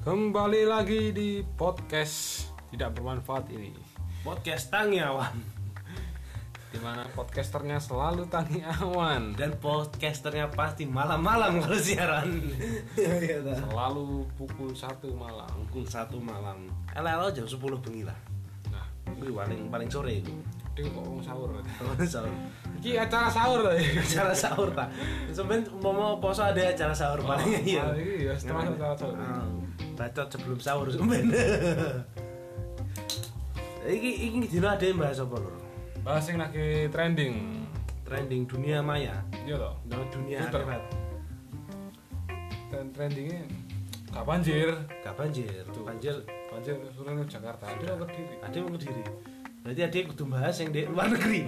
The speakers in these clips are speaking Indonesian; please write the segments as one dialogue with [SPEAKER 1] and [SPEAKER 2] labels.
[SPEAKER 1] Kembali lagi di podcast tidak bermanfaat ini
[SPEAKER 2] podcast Tangiawan
[SPEAKER 1] Dimana podcasternya selalu tangi awan
[SPEAKER 2] dan podcasternya pasti malam-malam kalau siaran iya
[SPEAKER 1] Selalu pukul 1 malam
[SPEAKER 2] pukul satu malam LLO jam 10 bengi lah
[SPEAKER 1] Nah,
[SPEAKER 2] Wih, paling paling sore itu
[SPEAKER 1] itu kok mau sahur
[SPEAKER 2] sahur
[SPEAKER 1] Ini acara sahur lah ya
[SPEAKER 2] acara sahur pak sebenarnya mau mau poso ada acara sahur paling iya
[SPEAKER 1] ah, iya, setelah acara sahur.
[SPEAKER 2] Ah, bacot sebelum sahur sebenarnya iki iki dina ada yang bahas apa lho
[SPEAKER 1] Bahas yang lagi trending
[SPEAKER 2] trending dunia maya
[SPEAKER 1] Iya toh
[SPEAKER 2] no dunia
[SPEAKER 1] Puter.
[SPEAKER 2] akhirat
[SPEAKER 1] Dan trendingnya Gak banjir
[SPEAKER 2] gak banjir banjir
[SPEAKER 1] Banjir Suruh Jakarta Ada apa diri
[SPEAKER 2] ada yang kediri berarti ada yang kudu bahas yang di luar negeri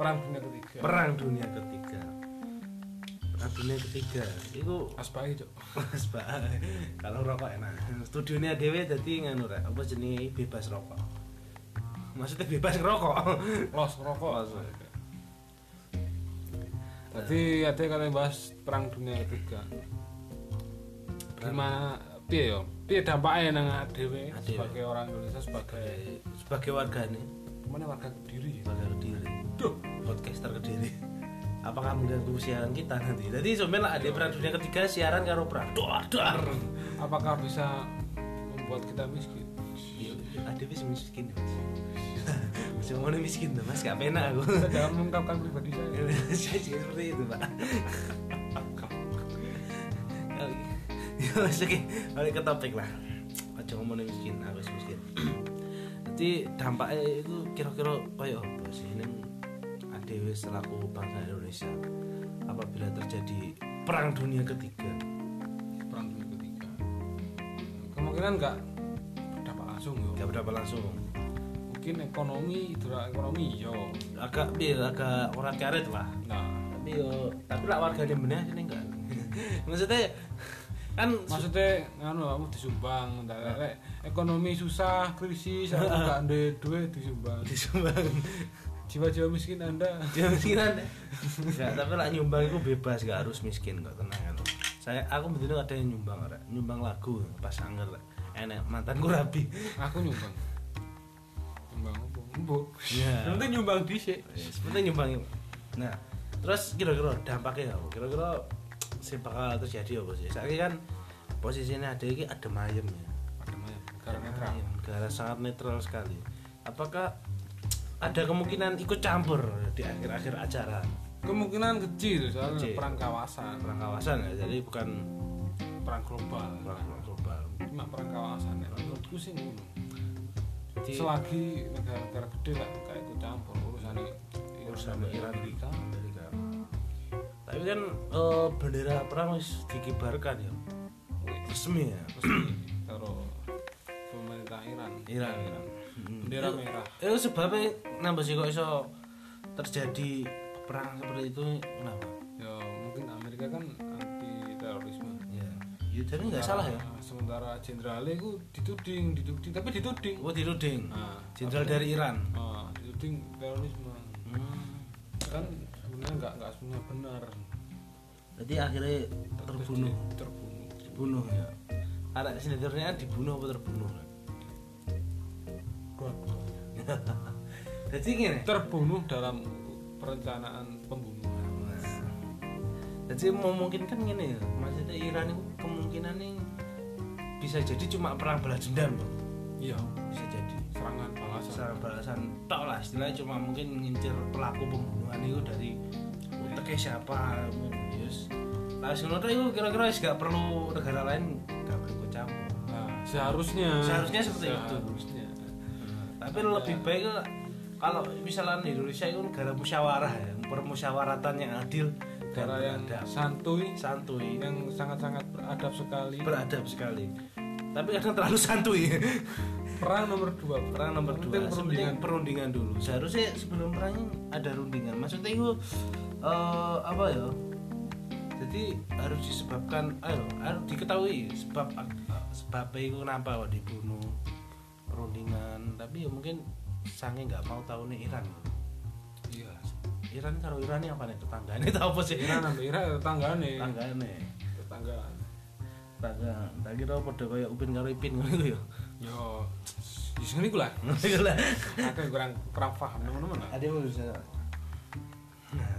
[SPEAKER 1] Perang dunia ketiga
[SPEAKER 2] perang dunia ketiga perang dunia ketiga itu
[SPEAKER 1] Aspai cok
[SPEAKER 2] Mas Pak, kalau rokok enak studionya dewe jadi nganu rek apa jenis bebas rokok maksudnya bebas ngerokok
[SPEAKER 1] Los rokok
[SPEAKER 2] Los.
[SPEAKER 1] Tadi ada yang kalian bahas perang dunia ketiga. Gimana piye yo? Piye dampaknya nang dhewe
[SPEAKER 2] Adewe.
[SPEAKER 1] sebagai orang Indonesia sebagai
[SPEAKER 2] Eh, sebagai warga nih
[SPEAKER 1] mana warga Kediri?
[SPEAKER 2] warga kediri
[SPEAKER 1] Duh,
[SPEAKER 2] podcaster kediri apakah mengganggu siaran kita nanti jadi sebenarnya ada perang dunia ketiga siaran karo perang dar dar
[SPEAKER 1] apakah bisa membuat kita miskin?
[SPEAKER 2] Iya, ada wis miskin ya, mas masih ngomongnya miskin tuh mas gak pena aku
[SPEAKER 1] Saya jangan mengungkapkan pribadi saya.
[SPEAKER 2] saya juga seperti itu pak ya wes, oke balik ke topik lah aja ngomongin miskin aku wis miskin jadi dampaknya itu kira-kira kaya apa sih ini ADW selaku bangsa Indonesia apabila terjadi perang dunia ketiga
[SPEAKER 1] Perang dunia ketiga. Kemungkinan nggak berdampak langsung yo.
[SPEAKER 2] gak berapa langsung
[SPEAKER 1] Mungkin ekonomi, drama ekonomi yo.
[SPEAKER 2] agak biar agak orang karet lah
[SPEAKER 1] Nah,
[SPEAKER 2] tapi yo tapi lah warga di benar ini enggak maksudnya kan
[SPEAKER 1] maksudnya nganu kamu disumbang entar lek ekonomi susah krisis aku gak ada duit disumbang
[SPEAKER 2] disumbang Iya.
[SPEAKER 1] jiwa-jiwa miskin anda
[SPEAKER 2] dia miskinan Enggak, Ya, tapi lah nyumbang itu bebas gak harus miskin kok tenang aku saya aku betul ada yang nyumbang rek nyumbang lagu pas angger rek enak mantanku rabi
[SPEAKER 1] aku nyumbang nyumbang apa embo
[SPEAKER 2] Iya.
[SPEAKER 1] nanti nyumbang dhisik
[SPEAKER 2] sebenarnya nyumbang itu. nah terus kira-kira dampaknya apa kira-kira sih bakal terjadi apa sih saya kan posisinya ada ini adem ayem ya
[SPEAKER 1] padahal ya negara netral
[SPEAKER 2] Ayem, negara sangat netral sekali apakah ada kemungkinan ikut campur di akhir-akhir acara
[SPEAKER 1] kemungkinan kecil soalnya
[SPEAKER 2] Kecil.
[SPEAKER 1] perang kawasan
[SPEAKER 2] perang kawasan ya jadi bukan
[SPEAKER 1] perang global
[SPEAKER 2] perang global
[SPEAKER 1] cuma perang kawasan ya. menurutku sih ngono
[SPEAKER 2] Jadi-
[SPEAKER 1] selagi negara-negara gede lah gak ikut campur urusan ini
[SPEAKER 2] urusan
[SPEAKER 1] sama
[SPEAKER 2] Iran
[SPEAKER 1] Amerika
[SPEAKER 2] Amerika. Tapi kan eh, bendera perang wis dikibarkan ya.
[SPEAKER 1] Wih.
[SPEAKER 2] Resmi ya.
[SPEAKER 1] resmi karo pemerintah Iran.
[SPEAKER 2] Iran, Iran.
[SPEAKER 1] Bendera merah.
[SPEAKER 2] Hmm. Itu sebabnya nambah sih kok iso terjadi perang seperti itu kenapa?
[SPEAKER 1] Ya mungkin Amerika kan anti terorisme.
[SPEAKER 2] Ya. Ya jadi nggak salah ya.
[SPEAKER 1] Nah, Sementara jenderalnya itu dituding, dituding, tapi dituding.
[SPEAKER 2] Oh diruding.
[SPEAKER 1] Nah,
[SPEAKER 2] Jenderal dari Iran.
[SPEAKER 1] Ah, dituding terorisme.
[SPEAKER 2] Hmm.
[SPEAKER 1] Kan sebenarnya nggak nggak semuanya benar.
[SPEAKER 2] Jadi akhirnya
[SPEAKER 1] Terus
[SPEAKER 2] terbunuh,
[SPEAKER 1] di- terbunuh.
[SPEAKER 2] dibunuh ya. Anak sinetronnya dibunuh apa terbunuh? Jadi gini.
[SPEAKER 1] Terbunuh dalam perencanaan pembunuhan.
[SPEAKER 2] Nah, jadi memungkinkan gini ya maksudnya Iran itu kemungkinan nih bisa jadi cuma perang balas dendam Bang.
[SPEAKER 1] Iya,
[SPEAKER 2] bisa jadi
[SPEAKER 1] serangan balasan.
[SPEAKER 2] secara balasan tok lah istilahnya cuma mungkin ngincer pelaku pembunuhan itu dari uteknya siapa yes. nah sebenarnya itu kira-kira wis gak perlu negara lain gak perlu ikut campur
[SPEAKER 1] Nah, seharusnya.
[SPEAKER 2] Seharusnya seperti itu.
[SPEAKER 1] Seharusnya.
[SPEAKER 2] tapi lebih baik lah, kalau misalnya di Indonesia itu negara musyawarah ya permusyawaratan yang adil dan
[SPEAKER 1] Cara yang
[SPEAKER 2] beradab
[SPEAKER 1] santuy,
[SPEAKER 2] santuy
[SPEAKER 1] yang sangat-sangat beradab sekali.
[SPEAKER 2] beradab sekali tapi kadang terlalu santuy
[SPEAKER 1] Perang nomor dua,
[SPEAKER 2] perang nomor
[SPEAKER 1] Penting
[SPEAKER 2] dua perundingan perundingan dulu seharusnya sebelum perang ada rundingan maksudnya itu eh, apa ya jadi harus disebabkan ayo harus diketahui sebab sebabnya itu kenapa kok dibunuh perundingan tapi ya mungkin sange nggak mau tahu nih Iran
[SPEAKER 1] Iya.
[SPEAKER 2] Iran kalau Iran ini apa nih tetangganya tahu apa sih
[SPEAKER 1] Iran sama Iran tetanggane.
[SPEAKER 2] tetangganya
[SPEAKER 1] Tetanggaan.
[SPEAKER 2] tak kira- tak kira padha kaya Upin karo Ipin ngono iku ya.
[SPEAKER 1] yo di sini gue lah
[SPEAKER 2] Ngono iku lah.
[SPEAKER 1] aku kurang kurang paham teman-teman lah
[SPEAKER 2] Ade mau bisa. Nah.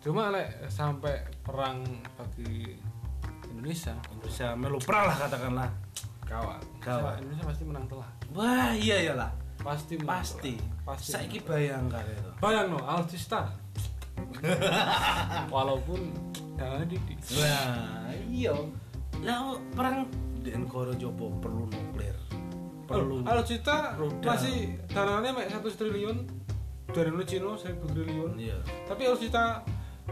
[SPEAKER 1] cuma lek sampai perang bagi Indonesia
[SPEAKER 2] Bisa melu perang lah katakanlah.
[SPEAKER 1] kawan
[SPEAKER 2] Kawat.
[SPEAKER 1] Indonesia pasti menang telah
[SPEAKER 2] Wah, iya iyalah.
[SPEAKER 1] pasti menang
[SPEAKER 2] Pasti.
[SPEAKER 1] telah. pasti
[SPEAKER 2] Saiki bayangkan itu.
[SPEAKER 1] bayang no Alcista walaupun dananya didik
[SPEAKER 2] Wah, iya. Lah perang di negara Jawa perlu nuklir. Perlu.
[SPEAKER 1] Alcista
[SPEAKER 2] Roda.
[SPEAKER 1] masih dananya mek 1 triliun dari lu Cino 1000 triliun
[SPEAKER 2] Iya.
[SPEAKER 1] tapi Alcista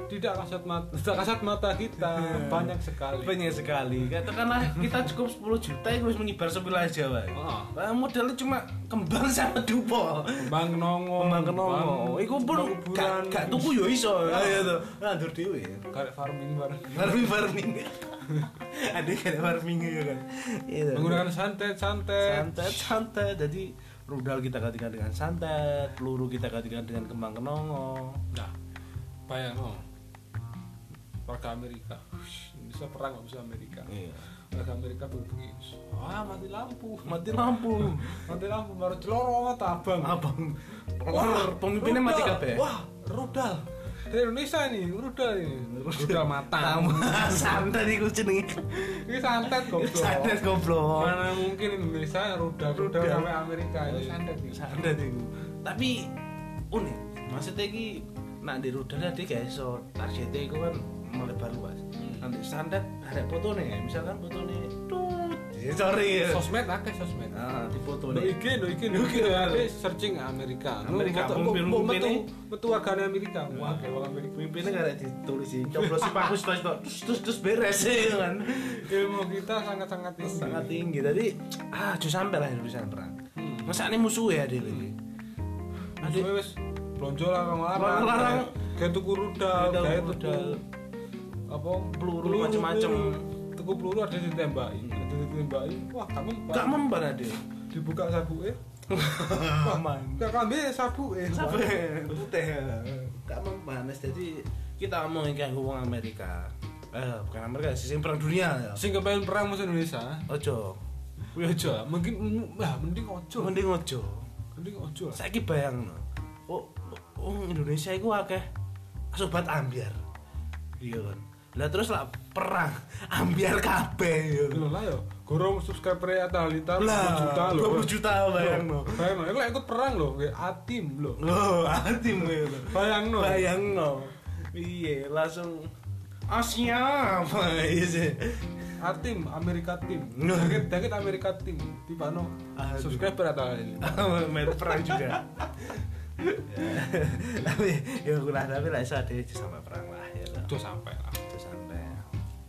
[SPEAKER 1] tidak kasat mata tidak kasat mata kita
[SPEAKER 2] Iya.
[SPEAKER 1] banyak sekali
[SPEAKER 2] Banyak sekali. Katakanlah kita cukup 10 juta itu harus menyebar sebelah Jawa.
[SPEAKER 1] Ah.
[SPEAKER 2] Nah, modalnya cuma kembang sama dupo.
[SPEAKER 1] Bang Kenongo
[SPEAKER 2] Kembang kenongo.
[SPEAKER 1] Bang-
[SPEAKER 2] Iku pun
[SPEAKER 1] Bang
[SPEAKER 2] gak,
[SPEAKER 1] kuburan. iya.
[SPEAKER 2] gak tuku yo iso. Ya to. Nandur dhewe.
[SPEAKER 1] Karek farming bareng
[SPEAKER 2] Farming farming. Ada kayak farming ya kan. Iya. to.
[SPEAKER 1] menggunakan santet santet
[SPEAKER 2] santet santet jadi rudal kita gantikan dengan santet peluru kita gantikan dengan kembang kenongo
[SPEAKER 1] nah bayang no warga Amerika Wih, bisa perang nggak bisa Amerika
[SPEAKER 2] iya.
[SPEAKER 1] warga Amerika berbunyi ah mati lampu
[SPEAKER 2] mati lampu
[SPEAKER 1] mati lampu baru celoro tabang
[SPEAKER 2] abang Wah, pemimpinnya mati kabeh
[SPEAKER 1] wah rudal dari Indonesia nih rudal ini rudal matang
[SPEAKER 2] Tamu- santet iku jenenge
[SPEAKER 1] ini santet
[SPEAKER 2] santet
[SPEAKER 1] goblok
[SPEAKER 2] goblok
[SPEAKER 1] mana mungkin Indonesia rudal rudal
[SPEAKER 2] Rudal.
[SPEAKER 1] sampai Amerika itu santet nih
[SPEAKER 2] santet iku Iya. tapi unik maksudnya iki nak di rudal dia gak iso targetnya iku kan melebar luas nanti santet ada foto nih misalkan foto nih tut sorry ya
[SPEAKER 1] sosmed akeh sosmed
[SPEAKER 2] nah, di foto
[SPEAKER 1] Lo
[SPEAKER 2] nih
[SPEAKER 1] iki, lo iki, lo iki Nanti searching Amerika. Lo
[SPEAKER 2] Amerika,
[SPEAKER 1] metu-
[SPEAKER 2] mobil-
[SPEAKER 1] mo- mo-
[SPEAKER 2] mobil
[SPEAKER 1] metu
[SPEAKER 2] ini. Ah.
[SPEAKER 1] metu warganya Amerika. Wah, kayak orang Amerika.
[SPEAKER 2] Mimpinnya gak ada ditulis sih, coblos sih pakus pas terus terus terus beres sih kan.
[SPEAKER 1] Ilmu kita sangat-sangat tinggi.
[SPEAKER 2] Sangat tinggi tadi. Ah, justru sampai lah Indonesia perang.
[SPEAKER 1] Hmm.
[SPEAKER 2] Masa ini musuh ya dia ini.
[SPEAKER 1] Adik wis blonjo larang-larang.
[SPEAKER 2] Larang-larang.
[SPEAKER 1] Kayak tuku rudal,
[SPEAKER 2] Rudal,
[SPEAKER 1] kayak tuku
[SPEAKER 2] rudal.
[SPEAKER 1] apa
[SPEAKER 2] Peluru, macem-macem.
[SPEAKER 1] peluru. Tuku peluru ada yang ditembaki, ada yang ditembaki. Wah, kamu
[SPEAKER 2] Gak mempan ada.
[SPEAKER 1] dibuka sabuke.
[SPEAKER 2] Aman.
[SPEAKER 1] Gak kambe sabuke.
[SPEAKER 2] Sampai putih. Gak mempan. Jadi kita mau kayak hubungan Amerika. Eh, bukan Amerika, sisi perang dunia ya.
[SPEAKER 1] Sing kepengen perang musuh Indonesia.
[SPEAKER 2] Ojo.
[SPEAKER 1] Ya aja, mungkin lah mending ojo.
[SPEAKER 2] Mending ojo.
[SPEAKER 1] Mending ojo lah.
[SPEAKER 2] Saiki bayang Oh, oh Indonesia iku akeh sobat ambiar. Iya kan. Lah terus lah perang ambiar kabeh ya.
[SPEAKER 1] Lho lah yo, gorong subscriber Atta Halita 20 juta
[SPEAKER 2] Lah,
[SPEAKER 1] lho.
[SPEAKER 2] 20 juta bayangno.
[SPEAKER 1] Bayangno, iku lek ikut perang lho, kayak atim lho.
[SPEAKER 2] Loh, hati ya.
[SPEAKER 1] Bayangno.
[SPEAKER 2] Bayangno. Iya, langsung Asia apa sih?
[SPEAKER 1] Atim Amerika tim.
[SPEAKER 2] Loh.
[SPEAKER 1] Dagit-dagit Amerika tim. Tipano
[SPEAKER 2] Aduh.
[SPEAKER 1] subscriber Atta Halita.
[SPEAKER 2] Main perang juga. tapi ya kulah tapi lah iso ade sampai perang lah ya. lah.
[SPEAKER 1] Itu sampai lah.
[SPEAKER 2] Itu sampai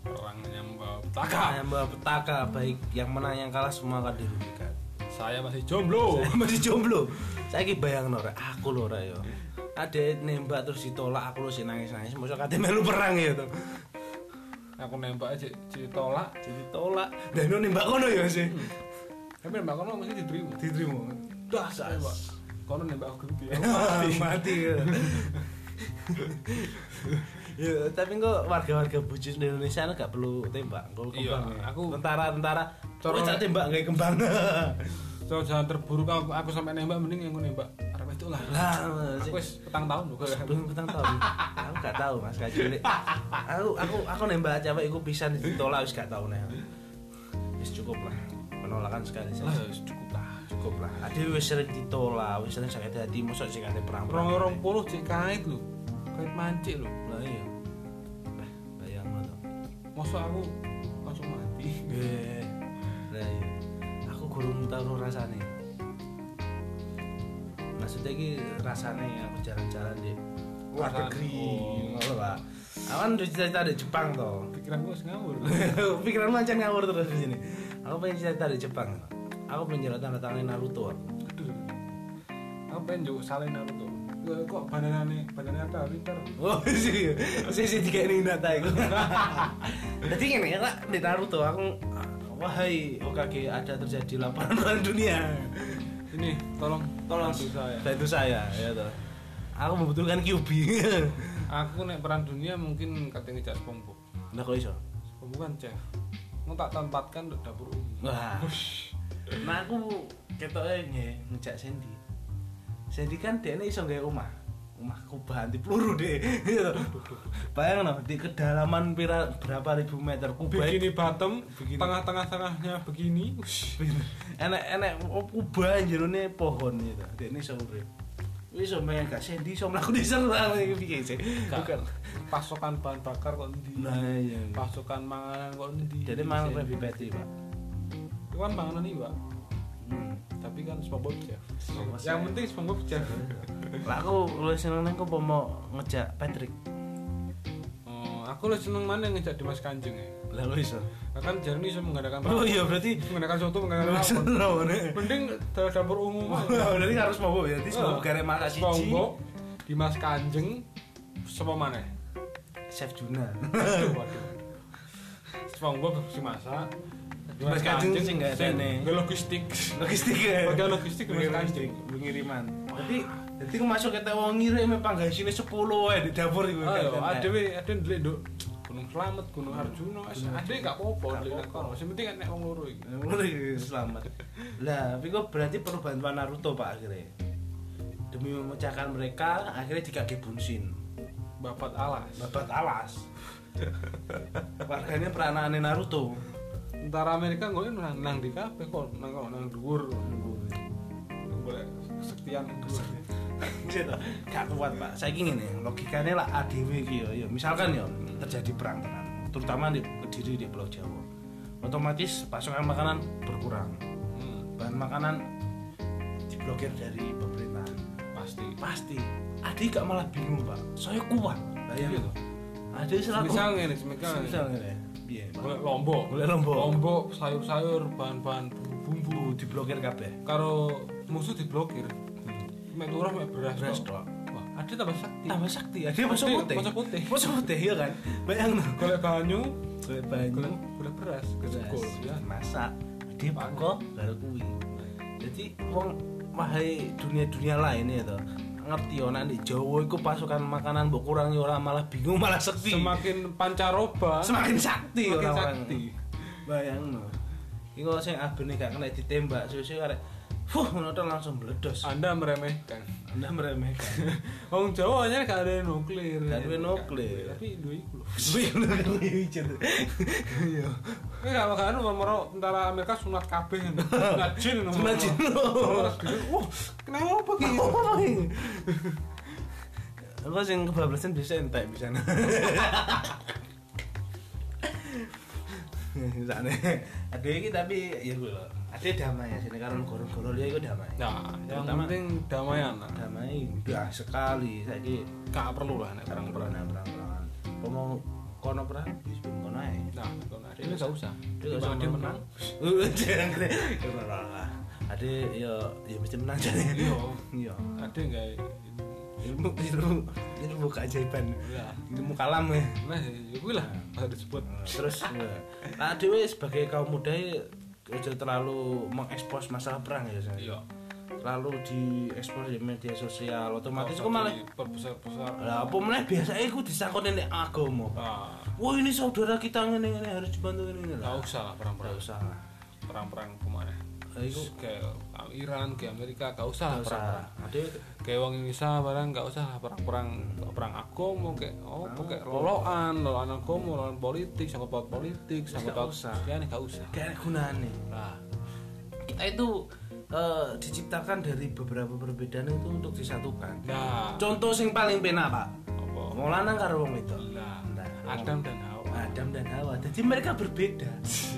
[SPEAKER 1] Perangnya membawa petaka.
[SPEAKER 2] yang membawa petaka baik yang menang yang kalah semua akan dirugikan
[SPEAKER 1] Saya masih jomblo.
[SPEAKER 2] masih jomblo saya ki bayang nora aku lho, Ra, yo ada nembak terus ditolak aku lho sih nangis nangis masa kate melu perang ya tuh
[SPEAKER 1] Aku nembak aja ditolak.
[SPEAKER 2] jadi tolak dan lu nembak kono ya sih
[SPEAKER 1] Tapi nembak kono mesti diterima.
[SPEAKER 2] diterima
[SPEAKER 1] Dah, saya Pak. Kono nembak aku gitu ya.
[SPEAKER 2] mati ya. Ya, tapi kok warga-warga bujis di Indonesia ini gak perlu tembak, kalau
[SPEAKER 1] Iya,
[SPEAKER 2] kembang. ya.
[SPEAKER 1] aku-
[SPEAKER 2] tentara-tentara,
[SPEAKER 1] Cara-
[SPEAKER 2] terus tembak kayak kembang.
[SPEAKER 1] Soal jalan terburuk aku, aku sampai nembak mending yang aku nembak. Arep itu lah.
[SPEAKER 2] lah, sih.
[SPEAKER 1] Aku wis petang tahun lho. kayak-
[SPEAKER 2] belum petang tahun aku gak tahu mas gak cilik aku aku aku nembak cewek iku pisan ditolak wis gak tahu nih wis cukup lah penolakan sekali
[SPEAKER 1] Lah,
[SPEAKER 2] saja
[SPEAKER 1] wis cukup lah.
[SPEAKER 2] cukup lah ada wis sering ditolak wis sering sakit hati mosok sing ada perang
[SPEAKER 1] Rong rong puluh cek kait lho. Kait mancik lho.
[SPEAKER 2] lah iya Bah, bayang lo tuh
[SPEAKER 1] Masa aku langsung mati.
[SPEAKER 2] Eh, lah iya aku kurang tahu rasane maksudnya ki rasane ya, aku jalan-jalan di luar
[SPEAKER 1] Rasane,
[SPEAKER 2] negeri
[SPEAKER 1] oh.
[SPEAKER 2] ngono lah aku kan udah cerita di Jepang toh
[SPEAKER 1] Pikiran gue ngawur.
[SPEAKER 2] pikiran macam ngawur terus di sini. Aku pengen cerita dari Jepang. Aku pengen cerita tanda tangan Naruto. aku.
[SPEAKER 1] Aduh. Aku pengen juk salin Naruto. Loh, Kok bandanane bandanane ada Twitter.
[SPEAKER 2] Oh sih, sih sih tiga ini data itu. Jadi gini ya kak di Naruto aku wahai Okage ada terjadi laporan perang dunia.
[SPEAKER 1] Ini tolong
[SPEAKER 2] Tolong
[SPEAKER 1] bantu saya.
[SPEAKER 2] bantu saya ya toh. Aku membutuhkan QB.
[SPEAKER 1] Aku nek perang dunia mungkin katanya ngejak SpongeBob.
[SPEAKER 2] Nah kok iso?
[SPEAKER 1] SpongeBob kan chef. mau tak tempatkan untuk dapur umum
[SPEAKER 2] Wah. Nah aku ketoknya nge ngejak Sandy. Sandy kan dia ini iso nggak rumah. Rumahku bahan di peluru deh. Bayang no, di kedalaman pira, berapa ribu meter kubik.
[SPEAKER 1] begini bottom
[SPEAKER 2] oh, Begini.
[SPEAKER 1] tengah-tengah tengahnya begini
[SPEAKER 2] Enak-enak oh, kubah jerone pohon gitu. Dia ini iso urip. Wis iso bayang gak Sandy iso mlaku diserang iki piye sih?
[SPEAKER 1] Gak.
[SPEAKER 2] Bukan.
[SPEAKER 1] pasokan bahan bakar kok endi
[SPEAKER 2] Nah iya. iya.
[SPEAKER 1] pasokan manganan kok endi
[SPEAKER 2] Jadi mang lebih peti, Pak.
[SPEAKER 1] Itu kan manganan iya pak
[SPEAKER 2] Hmm.
[SPEAKER 1] tapi kan SpongeBob Jeff
[SPEAKER 2] SpongeBob
[SPEAKER 1] yang
[SPEAKER 2] Jeff.
[SPEAKER 1] penting SpongeBob Jeff
[SPEAKER 2] Lah aku lu seneng nang kok mau ngejak Patrick.
[SPEAKER 1] oh, aku lebih seneng mana yang ngejak Dimas Kanjeng ya
[SPEAKER 2] Lah lu iso.
[SPEAKER 1] Nah, kan Jerni bisa mengadakan
[SPEAKER 2] Oh iya berarti
[SPEAKER 1] mengadakan suatu mengadakan apa
[SPEAKER 2] Berarti
[SPEAKER 1] mending dari dapur umum aja.
[SPEAKER 2] harus mau ya, jadi sebab
[SPEAKER 1] Eh,
[SPEAKER 2] gara makan siji
[SPEAKER 1] SpongeBob Dimas Kanjeng sama mana
[SPEAKER 2] Chef Juna.
[SPEAKER 1] Waduh, waduh. SpongeBob si masak
[SPEAKER 2] Dimas Kanjeng sing nggak ada nih.
[SPEAKER 1] nggak logistik
[SPEAKER 2] Logistik ya.
[SPEAKER 1] Bagian logistik Mas Kanjeng.
[SPEAKER 2] pengiriman. Jadi jadi aku masuk kata wong ngirim me panggasine 10 wae eh, di dapur iku.
[SPEAKER 1] ayo ada we ada ndelik nduk Gunung Slamet Gunung Arjuna es- ada nggak apa-apa
[SPEAKER 2] Nggak
[SPEAKER 1] ndelik nang
[SPEAKER 2] apa-apa.
[SPEAKER 1] kono. Sing penting kan nek wong loro iki
[SPEAKER 2] selamat. Lah, tapi kok berarti perlu bantuan Naruto Pak akhirnya. Demi memecahkan mereka, akhirnya dikake bunsin.
[SPEAKER 1] babat alas
[SPEAKER 2] Babat alas. Warganya peranaane Naruto.
[SPEAKER 1] Tentara Amerika gue nang nang di kafe kok nang kok nang dhuwur. Boleh kesaktian dhuwur.
[SPEAKER 2] Gitu. gak kuat pak saya ingin nih logikanya lah ADW gitu ya misalkan ya terjadi perang tenan, terutama di kediri di Pulau Jawa otomatis pasokan makanan berkurang
[SPEAKER 1] Hmm,
[SPEAKER 2] bahan makanan diblokir dari pemerintah
[SPEAKER 1] pasti.
[SPEAKER 2] pasti Adi gak malah bingung pak saya kuat bayang
[SPEAKER 1] Iya,
[SPEAKER 2] tuh Adi selaku
[SPEAKER 1] Misal ngene, semisal ngene.
[SPEAKER 2] misalnya nih biar
[SPEAKER 1] Boleh lombok,
[SPEAKER 2] Boleh lombok.
[SPEAKER 1] Lombok sayur-sayur, bahan-bahan bumbu-bumbu
[SPEAKER 2] Bu, diblokir kabeh
[SPEAKER 1] karo musuh diblokir. Mek turah mek beras.
[SPEAKER 2] beras
[SPEAKER 1] tok.
[SPEAKER 2] tok
[SPEAKER 1] Wah, ada tambah sakti.
[SPEAKER 2] tambah Ah, sakti Adi masuk putih
[SPEAKER 1] Putih, masuk putih.
[SPEAKER 2] masuk putih ya kan bayang tuh
[SPEAKER 1] Golek banyu,
[SPEAKER 2] Golek banyu
[SPEAKER 1] golek golek beras, golek
[SPEAKER 2] Beras,
[SPEAKER 1] kol ya.
[SPEAKER 2] masak di pangko baru kuwi jadi wong mahai dunia-dunia lain ya toh ngerti ana di Jawa iku pasukan makanan mbok kurang ya ora malah bingung malah sekti
[SPEAKER 1] Semakin pancaroba,
[SPEAKER 2] semakin sakti
[SPEAKER 1] semakin
[SPEAKER 2] orang
[SPEAKER 1] sakti.
[SPEAKER 2] bayangno iku sing abene gak kena ditembak susu arek fuh ngono tok langsung meledos
[SPEAKER 1] Anda meremehkan.
[SPEAKER 2] anda meremehkan
[SPEAKER 1] Wong Jawa hanya gak ada nuklir.
[SPEAKER 2] Gak ada nuklir.
[SPEAKER 1] Tapi dua iku loh.
[SPEAKER 2] kan, Iya.
[SPEAKER 1] Kowe gak makan moro anu, tentara Amerika sunat kabeh. Sunat jin. ngono.
[SPEAKER 2] Sunat jin.
[SPEAKER 1] Terus gitu, Wah, kenapa ki? Nah,
[SPEAKER 2] Aku sing kebablasan bisa entek bisa. Sana ada iki tapi ya gue loh. Ada damai ya sini karena gorong-gorong dia itu damai.
[SPEAKER 1] Nah, yang
[SPEAKER 2] Terutama-
[SPEAKER 1] penting damaian lah.
[SPEAKER 2] Damai udah sekali saiki
[SPEAKER 1] Gak perlu lah nek
[SPEAKER 2] perang
[SPEAKER 1] perang
[SPEAKER 2] perang perang perang. Kau mau kono perang di sebelum kono ae.
[SPEAKER 1] Nah, kalau ada ini gak usah.
[SPEAKER 2] Dia
[SPEAKER 1] Timbang dia menang.
[SPEAKER 2] Jangan kira. Ada ya ya mesti menang jadi.
[SPEAKER 1] Iya.
[SPEAKER 2] Iya.
[SPEAKER 1] Ada enggak?
[SPEAKER 2] ilmu ilmu ilmu keajaiban
[SPEAKER 1] Iya.
[SPEAKER 2] ilmu kalam ya
[SPEAKER 1] Nah, ya kuwi lah harus disebut.
[SPEAKER 2] terus ya. nah dewe sebagai kaum muda ya, aja terlalu mengekspos masalah perang ya saya.
[SPEAKER 1] Iya.
[SPEAKER 2] terlalu diekspos di media sosial otomatis
[SPEAKER 1] Oh,
[SPEAKER 2] kok malah
[SPEAKER 1] perbesar-besar.
[SPEAKER 2] lah apa meneh biasanya aku disangkut nek agama Pak.
[SPEAKER 1] Ah,
[SPEAKER 2] wah ini saudara kita ngene ngene harus dibantu ngene ngene
[SPEAKER 1] gak usah lah
[SPEAKER 2] Nggak
[SPEAKER 1] perang-perang.
[SPEAKER 2] usah lah
[SPEAKER 1] Perang-perang kemana?
[SPEAKER 2] Eh, iku
[SPEAKER 1] Kayak Iran, kayak Amerika, gak usah lah
[SPEAKER 2] nggak usah
[SPEAKER 1] perang-perang.
[SPEAKER 2] ada
[SPEAKER 1] kayak wong Indonesia barang nggak usah lah perang-perang perang agama kayak oh kayak loloan loloan agama loloan politik sangkut paut politik sangkut paut
[SPEAKER 2] usah.
[SPEAKER 1] ya nggak usah
[SPEAKER 2] gak ada gunane
[SPEAKER 1] lah
[SPEAKER 2] kita itu eh, diciptakan dari beberapa perbedaan itu untuk disatukan
[SPEAKER 1] nah
[SPEAKER 2] Contoh sing paling penak, Pak.
[SPEAKER 1] apa
[SPEAKER 2] Wong lanang karo wong wedok.
[SPEAKER 1] lah
[SPEAKER 2] Nah,
[SPEAKER 1] Adam dan Hawa
[SPEAKER 2] Adam dan Hawa. Jadi mereka berbeda,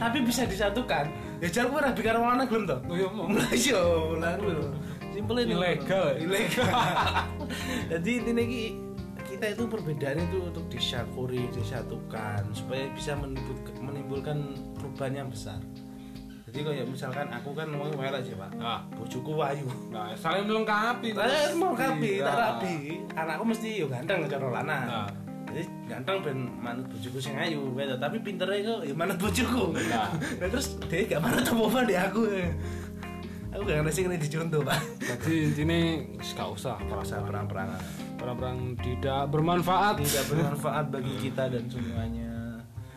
[SPEAKER 2] tapi bisa disatukan. Ya jar kowe rabi karo wong lanang belum to?
[SPEAKER 1] tuh ya mau
[SPEAKER 2] Yo, lan lho. Simpel ini.
[SPEAKER 1] Ilegal.
[SPEAKER 2] Ilegal. Jadi ini iki kita itu perbedaan itu untuk disyakuri, disatukan supaya bisa menimbulkan, menimbulkan perubahan yang besar. Jadi kayak misalkan aku kan wong welek sih, Pak.
[SPEAKER 1] nah
[SPEAKER 2] Bojoku wayu.
[SPEAKER 1] nah saling melengkapi
[SPEAKER 2] Lah Eh, mau rapi, tak
[SPEAKER 1] Nah.
[SPEAKER 2] rapi. Anakku mesti yo ganteng cara lanang.
[SPEAKER 1] Nah.
[SPEAKER 2] Jadi ganteng ben manut bojoku sing ayu, beda. tapi pintere kok ya manut bojoku.
[SPEAKER 1] Nah.
[SPEAKER 2] Lah terus dia gak manut apa-apa di aku. Aku gak ngerti ini dicontoh, Pak.
[SPEAKER 1] jadi sini nggak usah
[SPEAKER 2] Masa
[SPEAKER 1] perang
[SPEAKER 2] perang-perangan
[SPEAKER 1] perang tidak bermanfaat
[SPEAKER 2] Iya. tidak bermanfaat bagi kita dan semuanya.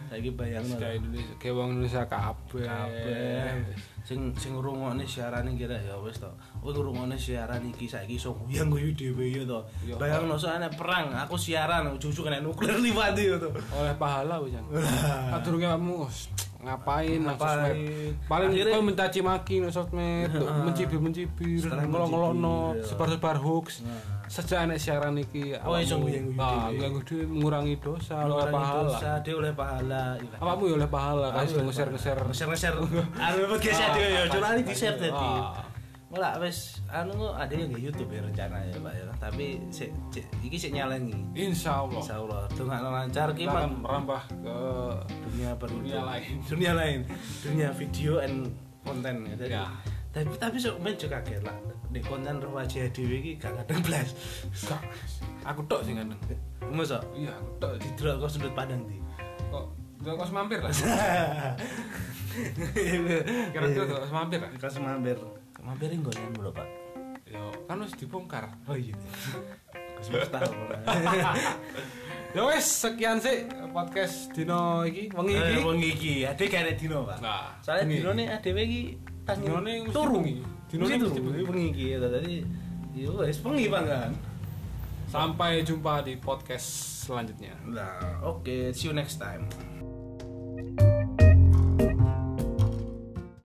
[SPEAKER 2] Saiki bayangno.
[SPEAKER 1] Kayak Indonesia, kayak wong Indonesia kabeh.
[SPEAKER 2] kabeh sing sing ngrungokne siaran iki kira ya wis to kowe ngrungokne siaran iki saiki iso nguyang guyu dhewe ya to
[SPEAKER 1] Ya.
[SPEAKER 2] bayangno soalnya perang aku siaran ujug-ujug kena nuklir liwat ya to
[SPEAKER 1] Oleh pahala wis. Atur kamu us, ngapain nang
[SPEAKER 2] Ngapain.
[SPEAKER 1] sosmed. Paling
[SPEAKER 2] Akhirnya-
[SPEAKER 1] kowe mencaci maki nang sosmed, tuh, mencibir-mencibir,
[SPEAKER 2] Setelah
[SPEAKER 1] ngolong-ngolongno,
[SPEAKER 2] mencibir, ya.
[SPEAKER 1] sebar-sebar hoax.
[SPEAKER 2] Nah.
[SPEAKER 1] Sejak enek siaran iki
[SPEAKER 2] Oh, iso
[SPEAKER 1] awakmu-
[SPEAKER 2] nguyang-nguyang
[SPEAKER 1] Ah,
[SPEAKER 2] dhewe.
[SPEAKER 1] nguyang-nguyang dhewe mengurangi dosa, oleh
[SPEAKER 2] Orang itu
[SPEAKER 1] pahala.
[SPEAKER 2] dosa, dia oleh pahala iya.
[SPEAKER 1] Apamu ya oleh pahala, guys, ngeser-ngeser.
[SPEAKER 2] ngeser-ngeser anu buat geser
[SPEAKER 1] Ah,
[SPEAKER 2] dhewe ya
[SPEAKER 1] pasti.
[SPEAKER 2] curang di share tadi
[SPEAKER 1] Ah.
[SPEAKER 2] malah wis anu ada yang di YouTube ya rencana ya Pak ya tapi sik sik- iki sik nyalengi
[SPEAKER 1] Insyaallah.
[SPEAKER 2] insyaallah dongakno lancar ki
[SPEAKER 1] Kita
[SPEAKER 2] Mat.
[SPEAKER 1] akan merambah ke
[SPEAKER 2] dunia baru
[SPEAKER 1] Dunia lain.
[SPEAKER 2] dunia lain dunia video and konten ya tadi
[SPEAKER 1] Ya.
[SPEAKER 2] tapi tapi sok men juga kaget lah di konten rumah aja dewi ki gak kadang belas
[SPEAKER 1] Gak. Aku tok sing ngandeng.
[SPEAKER 2] masa
[SPEAKER 1] Iya, aku tok.
[SPEAKER 2] di drop kau sudut pandang di
[SPEAKER 1] Kok kok kos mampir lah.
[SPEAKER 2] Iya,
[SPEAKER 1] Kira-kira kok kos mampir lah.
[SPEAKER 2] kau semampir mampir goyan belum pak
[SPEAKER 1] Ya, kan harus dibongkar.
[SPEAKER 2] oh iya kau semesta
[SPEAKER 1] Ya wes, sekian sih podcast dino iki, wengi iki.
[SPEAKER 2] Eh, wong iki ada kayak dino pak
[SPEAKER 1] Nah,
[SPEAKER 2] soalnya
[SPEAKER 1] wengi.
[SPEAKER 2] dino nih ada lagi tas
[SPEAKER 1] Dino nih mesti
[SPEAKER 2] turu
[SPEAKER 1] wengi. Dino
[SPEAKER 2] Mesti
[SPEAKER 1] nih mesti
[SPEAKER 2] turu
[SPEAKER 1] wengi.
[SPEAKER 2] wengi iki ya tadi Iya, wes pengi banget.
[SPEAKER 1] Sampai jumpa di podcast selanjutnya.
[SPEAKER 2] Nah, oke, see you next time.